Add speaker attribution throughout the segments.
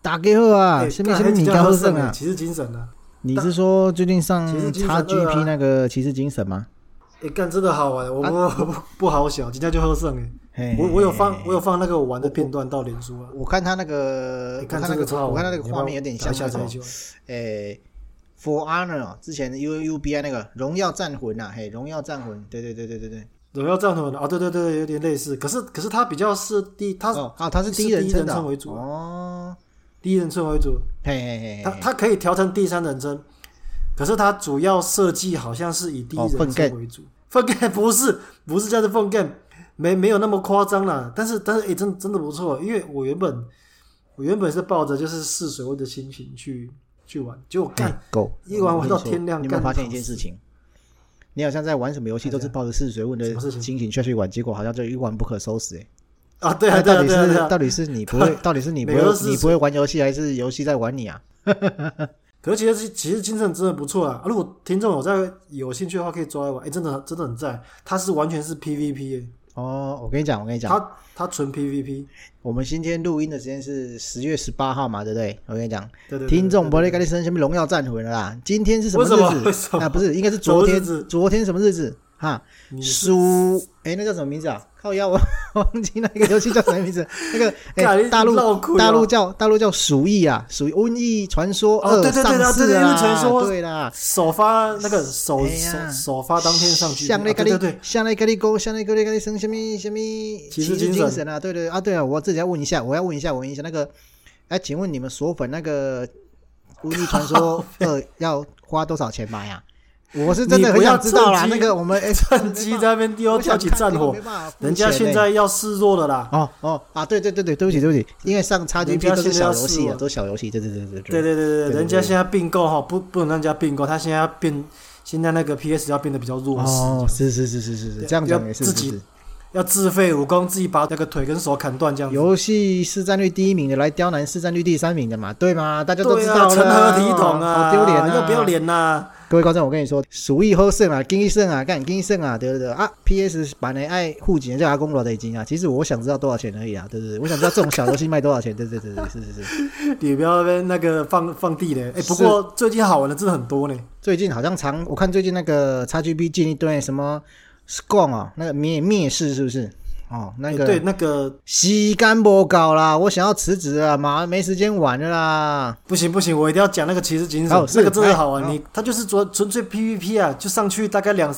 Speaker 1: 大家好啊，
Speaker 2: 哎
Speaker 1: 什么
Speaker 2: 干
Speaker 1: 什
Speaker 2: 还
Speaker 1: 么米
Speaker 2: 真
Speaker 1: 高
Speaker 2: 喝
Speaker 1: 胜
Speaker 2: 欸
Speaker 1: 啊？
Speaker 2: 骑士精神啊！
Speaker 1: 你是说最近上
Speaker 2: 骑士精神二啊
Speaker 1: XGP 那个骑士精神吗？
Speaker 2: 哎，干真的好玩，我不我
Speaker 1: 啊
Speaker 2: 不 不好小，今天就喝胜哎！
Speaker 1: 嘿
Speaker 2: 我我有放我有放那个我玩的片段到脸书啊，
Speaker 1: 我看他那个，
Speaker 2: 哎
Speaker 1: 我
Speaker 2: 干
Speaker 1: 看
Speaker 2: 这
Speaker 1: 那
Speaker 2: 个超好
Speaker 1: 个，
Speaker 2: 玩，
Speaker 1: 我看他那个
Speaker 2: 你要不要
Speaker 1: 画面有点像
Speaker 2: 下
Speaker 1: 那
Speaker 2: 载
Speaker 1: 种
Speaker 2: 一，下
Speaker 1: 诶、f o r Honor 哦之前 U U B I 那个荣耀战魂啊，嘿，荣耀战魂，对对对对对对，
Speaker 2: 荣耀战魂啊，对对对，有点类似，可是可是它比较是第它
Speaker 1: 哦，好，它是
Speaker 2: 是
Speaker 1: 第一人
Speaker 2: 第一人
Speaker 1: 称的
Speaker 2: 称
Speaker 1: 哦
Speaker 2: 为主啊
Speaker 1: 哦，
Speaker 2: 第一人称为主，
Speaker 1: 嘿嘿嘿嘿，
Speaker 2: 它它可以调成第三人称，可是它主要设计好像是以第一
Speaker 1: 哦
Speaker 2: 人
Speaker 1: 粪
Speaker 2: 称
Speaker 1: 便
Speaker 2: 为主。粪盖不是不是叫做粪盖，没没有那么夸张啦。但是但是诶、真真的不错，因为我原本我原本是抱着就是试水温的心情去去玩，结果干
Speaker 1: 嘿够
Speaker 2: 一玩玩到
Speaker 1: 我跟你说
Speaker 2: 天亮
Speaker 1: 你有没有
Speaker 2: 干
Speaker 1: 发现
Speaker 2: 好
Speaker 1: 一件事
Speaker 2: 事哎
Speaker 1: 情？你好像在玩什么游戏都是抱着试水问
Speaker 2: 什
Speaker 1: 的
Speaker 2: 么事情
Speaker 1: 心情下去玩，结果好像就一玩不可收拾、欸。
Speaker 2: 啊！对啊
Speaker 1: 那
Speaker 2: 对啊
Speaker 1: 到底
Speaker 2: 对
Speaker 1: 是、
Speaker 2: 啊对啊。
Speaker 1: 到底是你不会，到底是你不
Speaker 2: 每个都
Speaker 1: 会
Speaker 2: 是
Speaker 1: 你不会玩游戏，还是游戏在玩你啊？
Speaker 2: 可是其实其实精神真的不错啊！啊如果听众有在有兴趣的话，可以抓来玩。哎、真的真的很赞，它是完全是 PVP，、欸、
Speaker 1: 哦，我跟你讲，我跟你讲，
Speaker 2: 它它纯 PVP。
Speaker 1: 我们今天录音的时间是十月十八号嘛，对不对？我跟你讲，
Speaker 2: 对对对
Speaker 1: 听众
Speaker 2: 对
Speaker 1: 不会跟你生什么荣耀战魂了啦。今天是什
Speaker 2: 为什么
Speaker 1: 日子
Speaker 2: 为什？么
Speaker 1: 啊，不是，应该是昨
Speaker 2: 什么日
Speaker 1: 天
Speaker 2: 子。
Speaker 1: 昨天什么日子？哈，
Speaker 2: 你是
Speaker 1: 苏哎，那叫什么名字啊？靠腰，我我忘记那个游戏叫什么名字。那个
Speaker 2: 干
Speaker 1: 哎，
Speaker 2: 你
Speaker 1: 大
Speaker 2: 绕
Speaker 1: 陆
Speaker 2: 口啊
Speaker 1: 大陆叫大陆叫鼠疫啊，鼠疫瘟疫传说
Speaker 2: 哦
Speaker 1: 二
Speaker 2: 对对对
Speaker 1: 上
Speaker 2: 对
Speaker 1: 市
Speaker 2: 对
Speaker 1: 啦
Speaker 2: 瘟疫传说
Speaker 1: 对啦。
Speaker 2: 啊首发那个首
Speaker 1: 哎
Speaker 2: 首
Speaker 1: 呀
Speaker 2: 首发当天上去，
Speaker 1: 像那
Speaker 2: 啊
Speaker 1: 个
Speaker 2: 对
Speaker 1: 你
Speaker 2: 对对，
Speaker 1: 像那个你讲，像那个你跟你生什么什么
Speaker 2: 骑
Speaker 1: 骑
Speaker 2: 士
Speaker 1: 士
Speaker 2: 精神
Speaker 1: 精神啊？对对对啊，对啊，我自己要问一下，我要问一下，我问一下那个，哎，请问你们索粉那个《巫医传
Speaker 2: 哦
Speaker 1: 说二》要花多少钱买呀、我是真的很想知道啦，
Speaker 2: 你不要趁机
Speaker 1: 那个我们哎
Speaker 2: 趁机在那边丢
Speaker 1: 我
Speaker 2: 挑
Speaker 1: 想
Speaker 2: 起
Speaker 1: 看
Speaker 2: 战
Speaker 1: 结果
Speaker 2: 火
Speaker 1: 没，办法付
Speaker 2: 人家
Speaker 1: 钱
Speaker 2: 现
Speaker 1: 呢
Speaker 2: 在要示弱了啦。
Speaker 1: 哦哦啊，对对对对，对不起对不起，因为上
Speaker 2: 人家
Speaker 1: XGP 都是
Speaker 2: 现在要
Speaker 1: 小游戏
Speaker 2: 试
Speaker 1: 啊
Speaker 2: 了，
Speaker 1: 都是小游戏，对对对对
Speaker 2: 对对
Speaker 1: 对
Speaker 2: 对对，
Speaker 1: 对
Speaker 2: 人家现在并购哈，不不能让人家并购，他现在要变，现在那个 PS 要变得比较弱势，
Speaker 1: 哦，是是是是是是，这样讲也是
Speaker 2: 自
Speaker 1: 是
Speaker 2: 己
Speaker 1: 是。
Speaker 2: 要自废武功，自己把那个腿跟手砍断这样子。
Speaker 1: 游戏市占率第一名的来刁难市占率第三名的嘛，对吗？大家都
Speaker 2: 对
Speaker 1: 知
Speaker 2: 啊，
Speaker 1: 道
Speaker 2: 成何
Speaker 1: 了，
Speaker 2: 体统啊！
Speaker 1: 好丢脸啊！
Speaker 2: 要不要？脸呐？
Speaker 1: 各位观众，我跟你说，鼠疫后胜啊，金一胜啊，干金一胜啊，对不对啊？PS 版的爱护紧叫阿公罗的已经啊，其实我想知道多少钱而已啊，对对对，我想知道这种小游戏卖多少钱，对对对对，是是是。
Speaker 2: 你不要被那个放放地雷。哎，不过最近好玩的真的很多呢。
Speaker 1: 最近好像常我看最近那个 XGP 进一堆什么 Scone 哦，那个灭灭世是不是？哦，那
Speaker 2: 哎
Speaker 1: 个
Speaker 2: 对，那个
Speaker 1: 时间不够啦，我想要辞职啊，妈没时间玩了啦。
Speaker 2: 不行不行，我一定要讲那个骑士精神，
Speaker 1: 哦是
Speaker 2: 那个真的好
Speaker 1: 哎
Speaker 2: 玩。
Speaker 1: 哦
Speaker 2: 你他就是纯纯粹 PVP 啊，就上去大概两，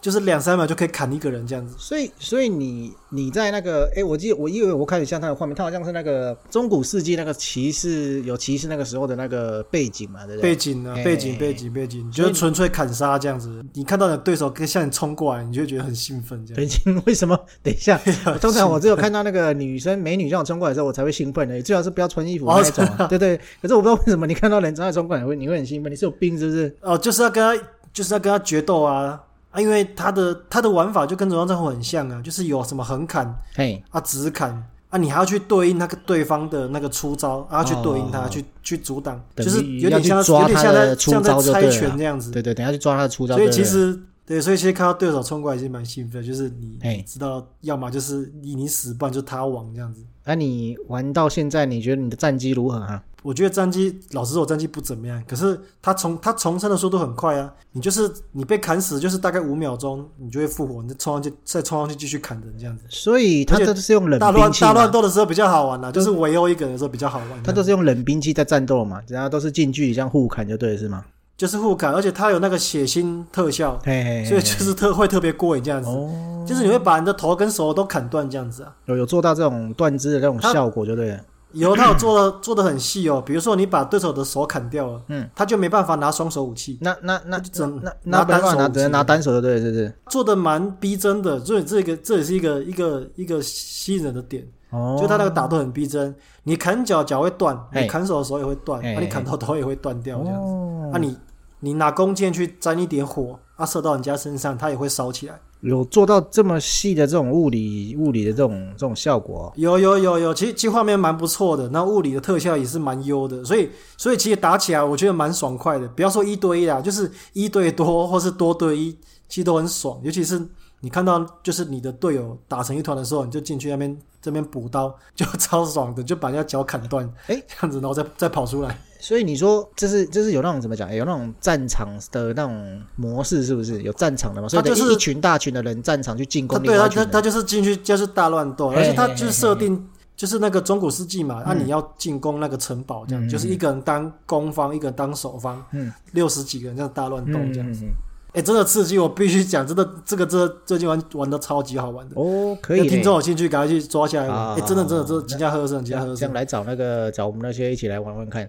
Speaker 2: 就是两三秒就可以砍一个人这样子。
Speaker 1: 所以，所以你你在那个，哎，我记得我以为我看一下他的画面，他好像是那个中古世纪那个骑士有骑士那个时候的那个背景嘛，对不对？
Speaker 2: 背景呢、啊？
Speaker 1: 哎
Speaker 2: 背景背景背景，
Speaker 1: 所以
Speaker 2: 就是纯粹砍杀这样子。你看到你的对手跟向你冲过来，你就会觉得很兴奋这样。
Speaker 1: 背景为什么？ 等一下， 我通常我只有看到那个女生美女这样冲过来的时候，我才会兴奋的。最好是不要穿衣服
Speaker 2: 哦
Speaker 1: 那一种啊、对对。可是我不知道为什么你看到人这样冲过来，你会你会很兴奋，你是有病是不 是？
Speaker 2: 哦，就是要跟他，就是要跟他决斗啊啊！因为他的他的玩法就跟《荣耀战魂》很像啊，就是有什么横砍
Speaker 1: 嘿，
Speaker 2: 啊、直砍啊，你还要去对应那个对方的那个出招，啊，要去对应他，
Speaker 1: 哦
Speaker 2: 去去阻挡，
Speaker 1: 等于
Speaker 2: 就是有点像
Speaker 1: 要去抓
Speaker 2: 有点像
Speaker 1: 他
Speaker 2: 在
Speaker 1: 的出
Speaker 2: 像在
Speaker 1: 招就
Speaker 2: 猜
Speaker 1: 对了
Speaker 2: 拳这样子。
Speaker 1: 对对，等一下去抓他的出招。
Speaker 2: 所以
Speaker 1: 对对
Speaker 2: 其实对，所以其实看到对手冲过来是蛮兴奋的，就是你
Speaker 1: 嘿
Speaker 2: 你知道，要么就是你你死，不然就他亡这样子。
Speaker 1: 那、啊你玩到现在，你觉得你的战绩如何啊？
Speaker 2: 我觉得战绩，老实说，我战绩不怎么样。可是他重他重生的速度很快啊！你就是你被砍死，就是大概五秒钟，你就会复活，你再冲上去，再冲上去继续砍人这样子。
Speaker 1: 所以他
Speaker 2: 而且
Speaker 1: 都是用冷
Speaker 2: 大
Speaker 1: 兵
Speaker 2: 乱
Speaker 1: 器
Speaker 2: 大
Speaker 1: 嘛
Speaker 2: 乱斗的时候比较好玩啦、就是围殴一个人的时候比较好玩。
Speaker 1: 他都是用冷兵器在战斗嘛，然后都是近距离这样互砍就对了，是吗？
Speaker 2: 就是互砍，而且他有那个血腥特效，
Speaker 1: 嘿嘿嘿
Speaker 2: 所以就是特会特别过瘾这样子。
Speaker 1: 哦，
Speaker 2: 就是你会把你的头跟手都砍断这样子啊。
Speaker 1: 有有做到这种断肢的这种
Speaker 2: 他
Speaker 1: 效果就对了。
Speaker 2: 以后他有做的做的很细哦，比如说你把对手的手砍掉了，
Speaker 1: 嗯，
Speaker 2: 他就没办法拿双手武器，
Speaker 1: 那那那
Speaker 2: 他就只能
Speaker 1: 那
Speaker 2: 拿
Speaker 1: 那没办
Speaker 2: 单
Speaker 1: 法
Speaker 2: 手
Speaker 1: 拿，
Speaker 2: 武
Speaker 1: 只
Speaker 2: 器
Speaker 1: 能拿单手就对了，是不是？
Speaker 2: 做的蛮逼真的，所以这个这也是一个一个一个吸引人的点，
Speaker 1: 哦，哎
Speaker 2: 就他那个打斗很逼真。你砍脚脚会断，
Speaker 1: 嘿
Speaker 2: 你砍手的手也会断，
Speaker 1: 嘿
Speaker 2: 啊，
Speaker 1: 嘿
Speaker 2: 你砍头头也会断掉这样子。
Speaker 1: 哎哦
Speaker 2: 啊，你你拿弓箭去沾一点火，啊，射到人家身上，它也会烧起来。
Speaker 1: 有做到这么细的这种物理物理的这种这种效果哦、
Speaker 2: 有有有有，其实其实画面蛮不错的，那物理的特效也是蛮优的，所以所以其实打起来我觉得蛮爽啊快的。不要说一对一啦，就是一对多或是多对一，其实都很爽，尤其是。你看到就是你的队友打成一团的时候，你就进去那边这边补刀，就超爽的，就把人家脚砍断，
Speaker 1: 诶
Speaker 2: 这样子，然后再再跑出来。
Speaker 1: 所以你说这是这是有那种怎么讲？有那种战场的那种模式是不是？有战场的嘛？所以等于
Speaker 2: 就是
Speaker 1: 一群大群的人战场去进
Speaker 2: 他
Speaker 1: 攻另
Speaker 2: 对
Speaker 1: 外
Speaker 2: 他
Speaker 1: 一群
Speaker 2: 他
Speaker 1: 人。
Speaker 2: 他就是进去就是大乱斗，
Speaker 1: 嘿
Speaker 2: 而且他
Speaker 1: 嘿
Speaker 2: 就是
Speaker 1: 嘿
Speaker 2: 设定就是那个中古世纪嘛，那、你要进攻那个城堡这样，
Speaker 1: 嗯
Speaker 2: 就是一个人当攻方，一个人当守方，
Speaker 1: 嗯，
Speaker 2: 六十几个人这样大乱斗
Speaker 1: 嗯
Speaker 2: 这
Speaker 1: 嗯
Speaker 2: 样。
Speaker 1: 嗯
Speaker 2: 哎、真的刺激，我必须讲，真的这个这最近玩玩的超级好玩的。
Speaker 1: 哦，可以嘞。
Speaker 2: 听众有兴趣，赶快去抓下来玩。哎、
Speaker 1: 好好
Speaker 2: 真的真的
Speaker 1: 好
Speaker 2: 真的，几家喝剩，
Speaker 1: 啊这
Speaker 2: 几家
Speaker 1: 样
Speaker 2: 喝
Speaker 1: 这样
Speaker 2: 剩。
Speaker 1: 来找那个找我们那些一起来玩玩看，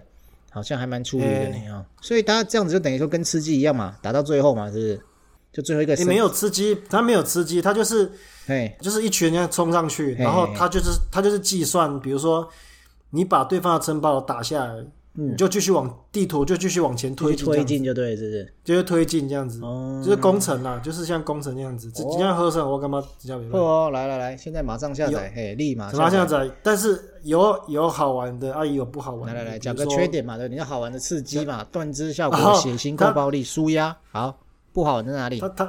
Speaker 1: 好像还蛮出力的
Speaker 2: 哎
Speaker 1: 呢啊、所以大家这样子就等于说跟吃鸡一样嘛，打到最后嘛，是不是？就最后一个
Speaker 2: 你
Speaker 1: 生，
Speaker 2: 没有吃鸡，他没有吃鸡，他就是
Speaker 1: 哎，
Speaker 2: 就是一群人冲上去，
Speaker 1: 嘿
Speaker 2: 然后他就是他就是计算，比如说你把对方的城堡打下来，你就继续往地图就继续往前推
Speaker 1: 推嗯推
Speaker 2: 进这样子，
Speaker 1: 进就对了，是不是？
Speaker 2: 就是推进这样子，
Speaker 1: 哦，
Speaker 2: 就是工程啦，就是像工程那样子。这
Speaker 1: 哦
Speaker 2: 几家喝剩，我干嘛几家没
Speaker 1: 会哦，来来来，现在马上下载，嘿，立马
Speaker 2: 什么
Speaker 1: 载
Speaker 2: 现。在？但是有有好玩的，啊也有不好玩
Speaker 1: 来
Speaker 2: 的。
Speaker 1: 来来，
Speaker 2: 比
Speaker 1: 讲
Speaker 2: 如
Speaker 1: 个
Speaker 2: 说
Speaker 1: 缺点嘛，对，你要好玩的刺激嘛，断肢效
Speaker 2: 哦
Speaker 1: 果、血腥、
Speaker 2: 他
Speaker 1: 够暴力、舒压，好，不好玩在哪里？
Speaker 2: 他他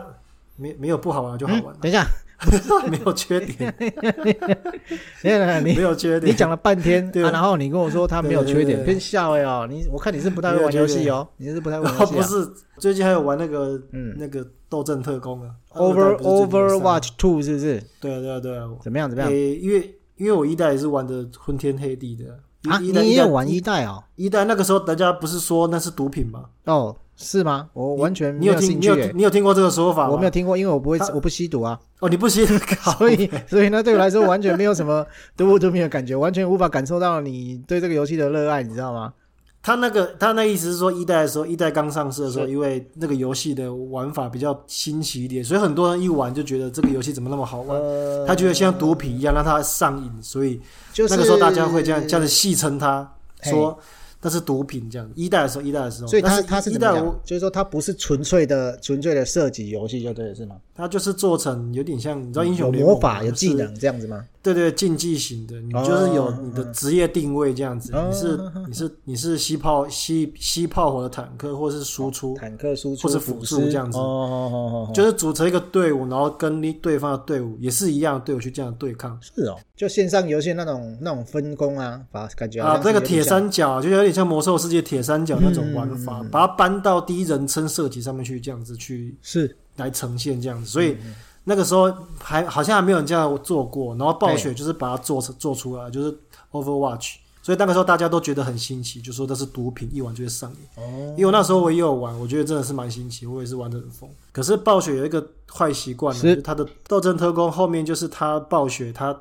Speaker 2: 没没有不好玩就好玩啊
Speaker 1: 嗯，等一下，
Speaker 2: 没有缺点，
Speaker 1: 等一下，
Speaker 2: 没
Speaker 1: 你
Speaker 2: 有缺
Speaker 1: 你
Speaker 2: 点。
Speaker 1: 讲了半天，
Speaker 2: 对啊
Speaker 1: 啊，然后你跟我说他没有
Speaker 2: 对
Speaker 1: 缺
Speaker 2: 对对
Speaker 1: 点，
Speaker 2: 对
Speaker 1: 偏笑哎哦，你我看你是不太会玩游戏哦，你是不太会玩游
Speaker 2: 哦，
Speaker 1: 戏
Speaker 2: 不
Speaker 1: 啊。
Speaker 2: 是，最近还有玩那个
Speaker 1: 嗯
Speaker 2: 那个斗阵特工啊
Speaker 1: ，Over
Speaker 2: 不是最近有上
Speaker 1: Overwatch Two 是不是？
Speaker 2: 对啊对啊对啊，
Speaker 1: 怎么样？怎么样？
Speaker 2: 诶，因为因为我一代也是玩的昏天黑地的
Speaker 1: 啊，
Speaker 2: 一
Speaker 1: 你
Speaker 2: 一代
Speaker 1: 也
Speaker 2: 一
Speaker 1: 有
Speaker 2: 代
Speaker 1: 玩一代哦？
Speaker 2: 一代那个时候大家不是说那是毒品吗？
Speaker 1: 哦，是吗？我完全
Speaker 2: 你
Speaker 1: 没
Speaker 2: 有
Speaker 1: 兴
Speaker 2: 听你
Speaker 1: 趣
Speaker 2: 有
Speaker 1: 哎
Speaker 2: 听，你有听过这个说法吗？
Speaker 1: 我没有听过，因为我不会
Speaker 2: 他，
Speaker 1: 我不吸毒啊，
Speaker 2: 哦，你 不信？靠
Speaker 1: 所以所以呢，对我来说完全没有什么对我都没有感觉，完全无法感受到你对这个游戏的热爱，你知道吗？
Speaker 2: 他那个他那意思是说，一代的时候，一代刚上市的时候，因为那个游戏的玩法比较新奇一点，所以很多人一玩就觉得这个游戏怎么那么好玩，
Speaker 1: 呃，
Speaker 2: 他觉得像毒品一样让他上瘾，所以
Speaker 1: 就是
Speaker 2: 那个时候大家会这样这样子戏称他说那是毒品这样。一代的时候，一代的时候，
Speaker 1: 所以
Speaker 2: 但
Speaker 1: 它
Speaker 2: 是
Speaker 1: 它是
Speaker 2: 一
Speaker 1: 怎么
Speaker 2: 代
Speaker 1: 讲
Speaker 2: 我，
Speaker 1: 就是说它不是纯粹的纯粹的射击游戏就对了，是吗？
Speaker 2: 他就是做成有点像你知道英
Speaker 1: 嗯有
Speaker 2: 雄联盟
Speaker 1: 魔
Speaker 2: 吗
Speaker 1: 法有技，
Speaker 2: 就是
Speaker 1: 能这样子吗？
Speaker 2: 对对竞技型的，你
Speaker 1: 哦
Speaker 2: 就是有你的职业定位这样子，
Speaker 1: 哦
Speaker 2: 你是你是你是吸炮吸吸炮火的坦克或是输出。
Speaker 1: 坦克输出
Speaker 2: 或是辅助
Speaker 1: 师
Speaker 2: 这样子
Speaker 1: 哦哦哦哦哦，
Speaker 2: 就是组成一个队伍，然后跟你对方的队伍也是一样的队伍去这样对抗
Speaker 1: 是哦，就线上游戏那种那种分工啊，把感觉好
Speaker 2: 啊。
Speaker 1: 像是
Speaker 2: 这个
Speaker 1: 有点
Speaker 2: 铁
Speaker 1: 像
Speaker 2: 三角就有点像魔兽世界铁三角那种玩
Speaker 1: 嗯
Speaker 2: 法，
Speaker 1: 嗯嗯嗯
Speaker 2: 把它搬到第一人称射击上面去，这样子去
Speaker 1: 是
Speaker 2: 来呈现这样子。所以那个时候还好像还没有人这样做过，然后暴雪就是把它做成做出来，就是 Overwatch。所以那个时候大家都觉得很新奇，就说这是毒品，一玩就会上瘾。
Speaker 1: 哦，
Speaker 2: 因为我那时候我也有玩，我觉得真的是蛮新奇，我也是玩的很疯。可是暴雪有一个坏习惯呢，
Speaker 1: 是
Speaker 2: 就是他的斗争特工后面就是他暴雪他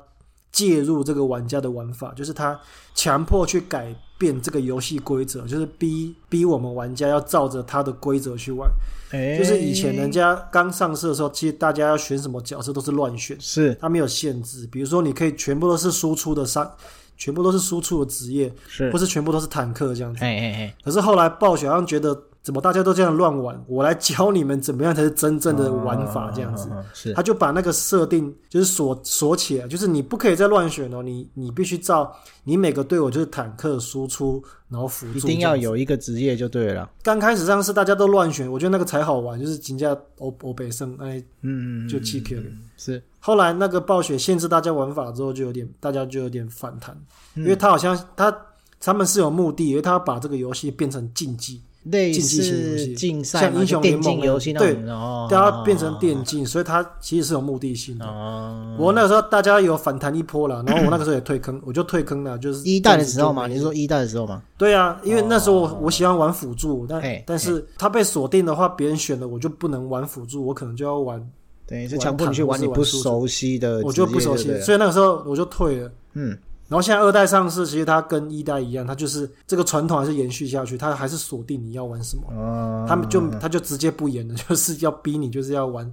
Speaker 2: 介入这个玩家的玩法，就是他强迫去改变这个游戏规则，就是逼逼我们玩家要照着他的规则去玩。
Speaker 1: 哎
Speaker 2: 就是以前人家刚上市的时候，其实大家要选什么角色都是乱选，
Speaker 1: 是
Speaker 2: 他没有限制。比如说你可以全部都是输出的商，全部都是输出的职业，
Speaker 1: 是
Speaker 2: 或，是全部都是坦克这样子。
Speaker 1: 哎哎哎，
Speaker 2: 可是后来暴雪好像觉得，怎么大家都这样乱玩，我来教你们怎么样才是真正的玩法这样子。
Speaker 1: 嗯嗯嗯是
Speaker 2: 他就把那个设定就是锁锁起来，就是你不可以再乱选哦，你你必须照你每个队伍就是坦克输出，然后辅助
Speaker 1: 一
Speaker 2: 这样子
Speaker 1: 定要。有一个职业就对了，
Speaker 2: 刚开始上市大家都乱选，我觉得那个才好玩，就是金价欧欧北胜哎
Speaker 1: 嗯嗯嗯，嗯
Speaker 2: 就弃 Q 了。
Speaker 1: 是
Speaker 2: 后来那个暴雪限制大家玩法之后，就有点大家就有点反弹，
Speaker 1: 嗯
Speaker 2: 因为他好像他他们是有目的，因为他要把这个游戏变成竞技。
Speaker 1: 类
Speaker 2: 竞技型游戏
Speaker 1: 似竞赛
Speaker 2: 像
Speaker 1: 嘛
Speaker 2: 英
Speaker 1: 就
Speaker 2: 雄
Speaker 1: 电
Speaker 2: 联盟
Speaker 1: 竞
Speaker 2: 那
Speaker 1: 游
Speaker 2: 种
Speaker 1: 戏那
Speaker 2: 对
Speaker 1: 种的哦，
Speaker 2: 大家变成
Speaker 1: 电
Speaker 2: 电竞，所以它其实是有目的性的。
Speaker 1: 哦。
Speaker 2: 我那个时候大家有反弹一波了，然后我那个时候也退坑，我就退坑了，就是
Speaker 1: 一代的时候嘛，你
Speaker 2: 这样子
Speaker 1: 是
Speaker 2: 就没
Speaker 1: 说一代的时候嘛？
Speaker 2: 对啊，因为那时候我
Speaker 1: 哦
Speaker 2: 我喜欢玩辅助，但
Speaker 1: 嘿
Speaker 2: 但是它被锁定的话，别人选的我就不能玩辅助，我可能就要玩，
Speaker 1: 等于是强迫你去玩你
Speaker 2: 玩坦
Speaker 1: 不
Speaker 2: 克是玩
Speaker 1: 熟悉的职业对了，啊
Speaker 2: 我就不熟悉，所以那个时候我就退了。
Speaker 1: 嗯，
Speaker 2: 然后现在二代上市，其实它跟一代一样，它就是这个传统还是延续下去，它还是锁定你要玩什么，
Speaker 1: 哦，
Speaker 2: 他们就他就直接不演了， 就是要逼你就是要玩，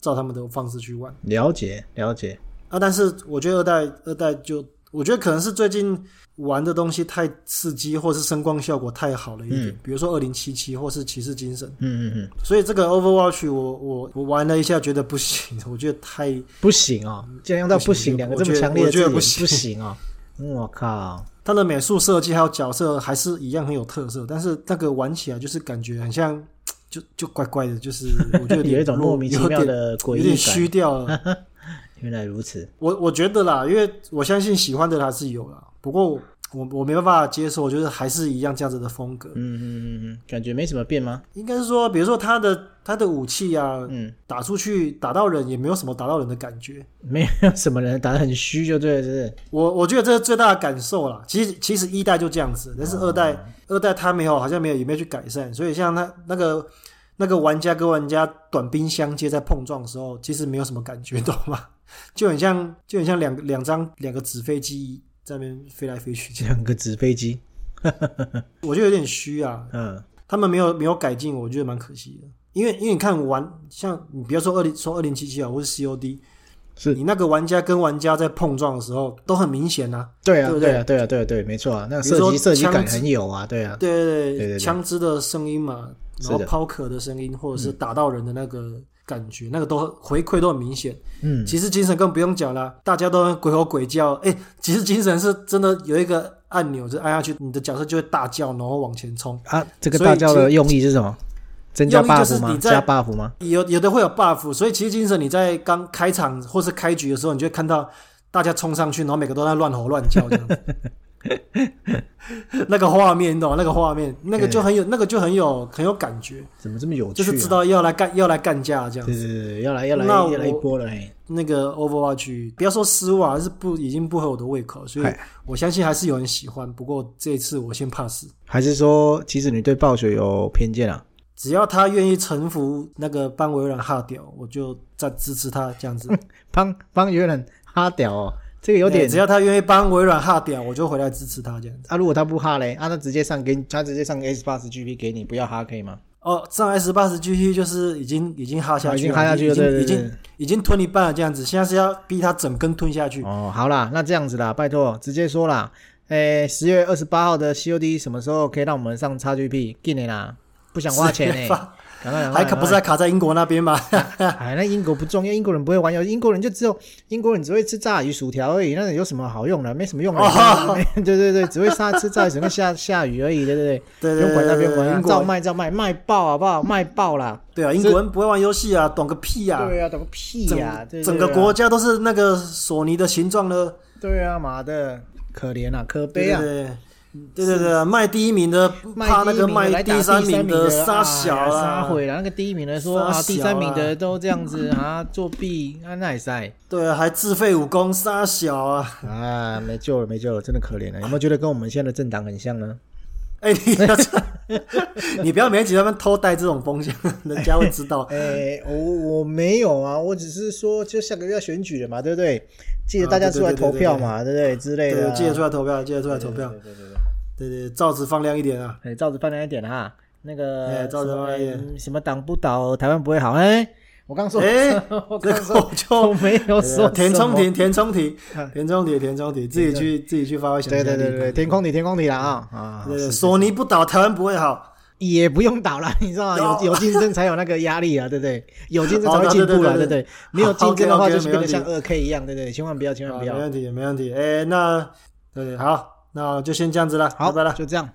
Speaker 2: 照他们的方式去玩。
Speaker 1: 了解了解，
Speaker 2: 啊，但是我觉得二代二代就，我觉得可能是最近玩的东西太刺激，或是声光效果太好了一点，比如说二零七七或是骑士精神，
Speaker 1: 嗯嗯
Speaker 2: 所以这个 Overwatch 我我我玩了一下，觉得不行， 我觉得太
Speaker 1: 嗯，不行哦，竟然用到
Speaker 2: 不
Speaker 1: 不
Speaker 2: 行
Speaker 1: 行两个
Speaker 2: 我
Speaker 1: 这么
Speaker 2: 觉得
Speaker 1: 强烈
Speaker 2: 我
Speaker 1: 的
Speaker 2: 觉
Speaker 1: 字
Speaker 2: 得
Speaker 1: 眼，
Speaker 2: 不
Speaker 1: 不
Speaker 2: 行
Speaker 1: 行 哦，我靠，
Speaker 2: 它的美术设计还有角色还是一样很有特色，但是那个玩起来就是感觉很像。就就怪怪的，就是 我觉得
Speaker 1: 有一种
Speaker 2: 落
Speaker 1: 莫名其妙
Speaker 2: 有
Speaker 1: 的诡
Speaker 2: 点有
Speaker 1: 异
Speaker 2: 点虚
Speaker 1: 感。
Speaker 2: 掉了。
Speaker 1: 原来如此，
Speaker 2: 我我觉得啦，因为我相信喜欢的人还是有啦，不过我我没办法接受，就是还是一样这样子的风格。
Speaker 1: 嗯嗯嗯嗯，感觉没什么变吗？
Speaker 2: 应该是说，比如说他的他的武器啊，
Speaker 1: 嗯，
Speaker 2: 打出去打到人也没有什么打到人的感觉。
Speaker 1: 没有什么人打得很虚，就对了，是不是？
Speaker 2: 我我觉得这是最大的感受啦。其实其实一代就这样子，但是二代、二代他没有，好像没有也没有去改善，所以像他那个那个玩家跟玩家短兵相接在碰撞的时候，其实没有什么感觉， 懂吗？就很像就很像两两张两个纸飞机在那边飞来飞去 这样，
Speaker 1: 两个纸飞机，
Speaker 2: 我觉得有点虚啊。
Speaker 1: 嗯，
Speaker 2: 他们没有没有改进，我觉得蛮可惜的。因为因为你看玩像你不要说二零说二零七七啊，或是 COD，
Speaker 1: 是
Speaker 2: 你那个玩家跟玩家在碰撞的时候都很明显啊。
Speaker 1: 对啊，
Speaker 2: 对不
Speaker 1: 对
Speaker 2: 对
Speaker 1: 啊，对啊，对啊，对，没错啊，那个
Speaker 2: 比如
Speaker 1: 射击
Speaker 2: 说
Speaker 1: 射击感
Speaker 2: 枪支
Speaker 1: 很有啊，对啊，
Speaker 2: 对对
Speaker 1: 对对对
Speaker 2: 对，枪支的声音嘛，
Speaker 1: 是
Speaker 2: 然
Speaker 1: 的
Speaker 2: 后抛壳的声音，或者是打到人的那个感觉，那个都回馈都很明显。
Speaker 1: 嗯，
Speaker 2: 其实精神更不用讲啦，大家都鬼吼鬼叫。哎，其实精神是真的有一个按钮，就按下去，你的角色就会大叫，然后往前冲。
Speaker 1: 啊，这个
Speaker 2: 所以
Speaker 1: 大叫
Speaker 2: 其
Speaker 1: 的
Speaker 2: 实
Speaker 1: 用意是什么？增加
Speaker 2: 用意就是
Speaker 1: buff 吗？
Speaker 2: 你在
Speaker 1: 加 buff 吗？
Speaker 2: 有有的会有 buff，所以其实精神你在刚开场或是开局的时候，你就会看到大家冲上去，然后每个都在乱吼乱叫 这样子。那个画面，你懂吗？那个画面，那个就很有，那个就很有很有感觉。
Speaker 1: 怎么这么有趣、
Speaker 2: 就
Speaker 1: 啊？
Speaker 2: 是知道要来干要来干架这样
Speaker 1: 对
Speaker 2: 子。
Speaker 1: 对对对，要来要来
Speaker 2: 那我
Speaker 1: 要来一波了嘿！
Speaker 2: 那个 Overwatch 不要说失望，还是不已经不合我的胃口，所以
Speaker 1: 嗨
Speaker 2: 我相信还是有人喜欢。不过这一次我先 pass，
Speaker 1: 还是说，其实你对暴雪有偏见啊？
Speaker 2: 只要他愿意臣服那个班维软哈屌，我就再支持他这样子。
Speaker 1: 帮帮有人哈屌哦，这 个有
Speaker 2: 对
Speaker 1: 点
Speaker 2: 只要他愿意帮微软哈屌，我就回来支持他这样子。
Speaker 1: 啊。如果他不哈嘞，啊，他直接上给你，他直接上 S 八十 GP 给你，不要哈可以吗？
Speaker 2: 哦，上 S 八十 GT 就是已经已经哈下去了，
Speaker 1: 哦已经哈下去了
Speaker 2: 已经
Speaker 1: 对对
Speaker 2: 已
Speaker 1: 对
Speaker 2: 经已经吞一半了这样子，现在是要逼他整根吞下去。
Speaker 1: 哦，好啦，那这样子啦，拜托直接说啦。诶，十月二十八号的 COD 什么时候可以让我们上 XGP？给你啦，不想花钱呢、
Speaker 2: 发
Speaker 1: 赶快赶快
Speaker 2: 还可不是还卡在英国那边吗？
Speaker 1: 哎，那英国不重要，英国人不会玩游戏，英国人就只有英国人只会吃炸鱼薯条而已，那有什么好用的？没什么 用的。
Speaker 2: 哦
Speaker 1: 对对对，只会杀吃炸鱼薯条下下雨而已，对对
Speaker 2: 对
Speaker 1: 对，不
Speaker 2: 对对
Speaker 1: 用管它，不用管
Speaker 2: 英
Speaker 1: 它，
Speaker 2: 国
Speaker 1: 照卖照卖，卖爆好不好？卖爆啦！
Speaker 2: 对啊，英国人不会玩游戏啊，懂个屁啊！
Speaker 1: 对啊，懂个屁
Speaker 2: 整
Speaker 1: 呀！对对
Speaker 2: 整个
Speaker 1: 对啊
Speaker 2: 国家都是那个索尼的形状呢。
Speaker 1: 对啊，妈的，可怜啊，可悲啊！
Speaker 2: 对对对对，卖第一名的
Speaker 1: 卖
Speaker 2: 怕那
Speaker 1: 第一
Speaker 2: 个
Speaker 1: 名的来
Speaker 2: 卖
Speaker 1: 打
Speaker 2: 第
Speaker 1: 三
Speaker 2: 三名
Speaker 1: 的
Speaker 2: 杀小
Speaker 1: 啊，杀
Speaker 2: 啊！
Speaker 1: 毁了那个第一名的说
Speaker 2: 杀
Speaker 1: 啊，第三
Speaker 2: 小
Speaker 1: 名的
Speaker 2: 啦
Speaker 1: 都这样子啊，作弊啊，那也塞。
Speaker 2: 对啊，还自废武功杀小啊！
Speaker 1: 啊，没救了，没救了，真的可怜了。啊有没有觉得跟我们现在的政党很像呢？
Speaker 2: 哎，你不要这你不要每集他们偷带这种风向，人家会知道。
Speaker 1: 哎、我我没有啊，我只是说，就下个月要选举了嘛，对不对？记得
Speaker 2: 啊
Speaker 1: 大家
Speaker 2: 对对
Speaker 1: 出来
Speaker 2: 对
Speaker 1: 投
Speaker 2: 对
Speaker 1: 票
Speaker 2: 对
Speaker 1: 嘛，对不对？之类的、
Speaker 2: 对，
Speaker 1: 啊。
Speaker 2: 记得出来投票，记得出来投票
Speaker 1: 对。对对对
Speaker 2: 对对，罩子放亮一点啊！
Speaker 1: 对哎，照着放亮一点哈，那个
Speaker 2: 哎照
Speaker 1: 什
Speaker 2: 着
Speaker 1: 么
Speaker 2: 放亮一点
Speaker 1: 嗯什么党不倒，台湾不会好。哎，我刚说，
Speaker 2: 哎
Speaker 1: 我刚
Speaker 2: 这个
Speaker 1: 说
Speaker 2: 我
Speaker 1: 我
Speaker 2: 就
Speaker 1: 没有
Speaker 2: 对
Speaker 1: 说
Speaker 2: 啊填
Speaker 1: 什
Speaker 2: 充
Speaker 1: 么
Speaker 2: 题，。填充题
Speaker 1: 啊，
Speaker 2: 填充题，填充题，自己去自己去发挥想象
Speaker 1: 对
Speaker 2: 力。
Speaker 1: 对对对，天空里天空里了啊啊，
Speaker 2: 对，
Speaker 1: 是
Speaker 2: 对，呃索尼不倒，台湾不会好。
Speaker 1: 也不用倒了，你知道 吗？有有竞争才有那个压力啊，对不对？有竞争才会
Speaker 2: 哦
Speaker 1: 进
Speaker 2: 对对
Speaker 1: 步了，对
Speaker 2: 对
Speaker 1: 不
Speaker 2: 对
Speaker 1: 对？没有竞争的话，
Speaker 2: 好，OK，OK，
Speaker 1: 就是变得
Speaker 2: 没问题
Speaker 1: 像二 K 一样，对不对？千万不要，千万
Speaker 2: 啊
Speaker 1: 不
Speaker 2: 没
Speaker 1: 要。
Speaker 2: 问题，没问题。哎，那对，好，那就先这样子了，
Speaker 1: 好
Speaker 2: 拜拜了，。
Speaker 1: 就这样。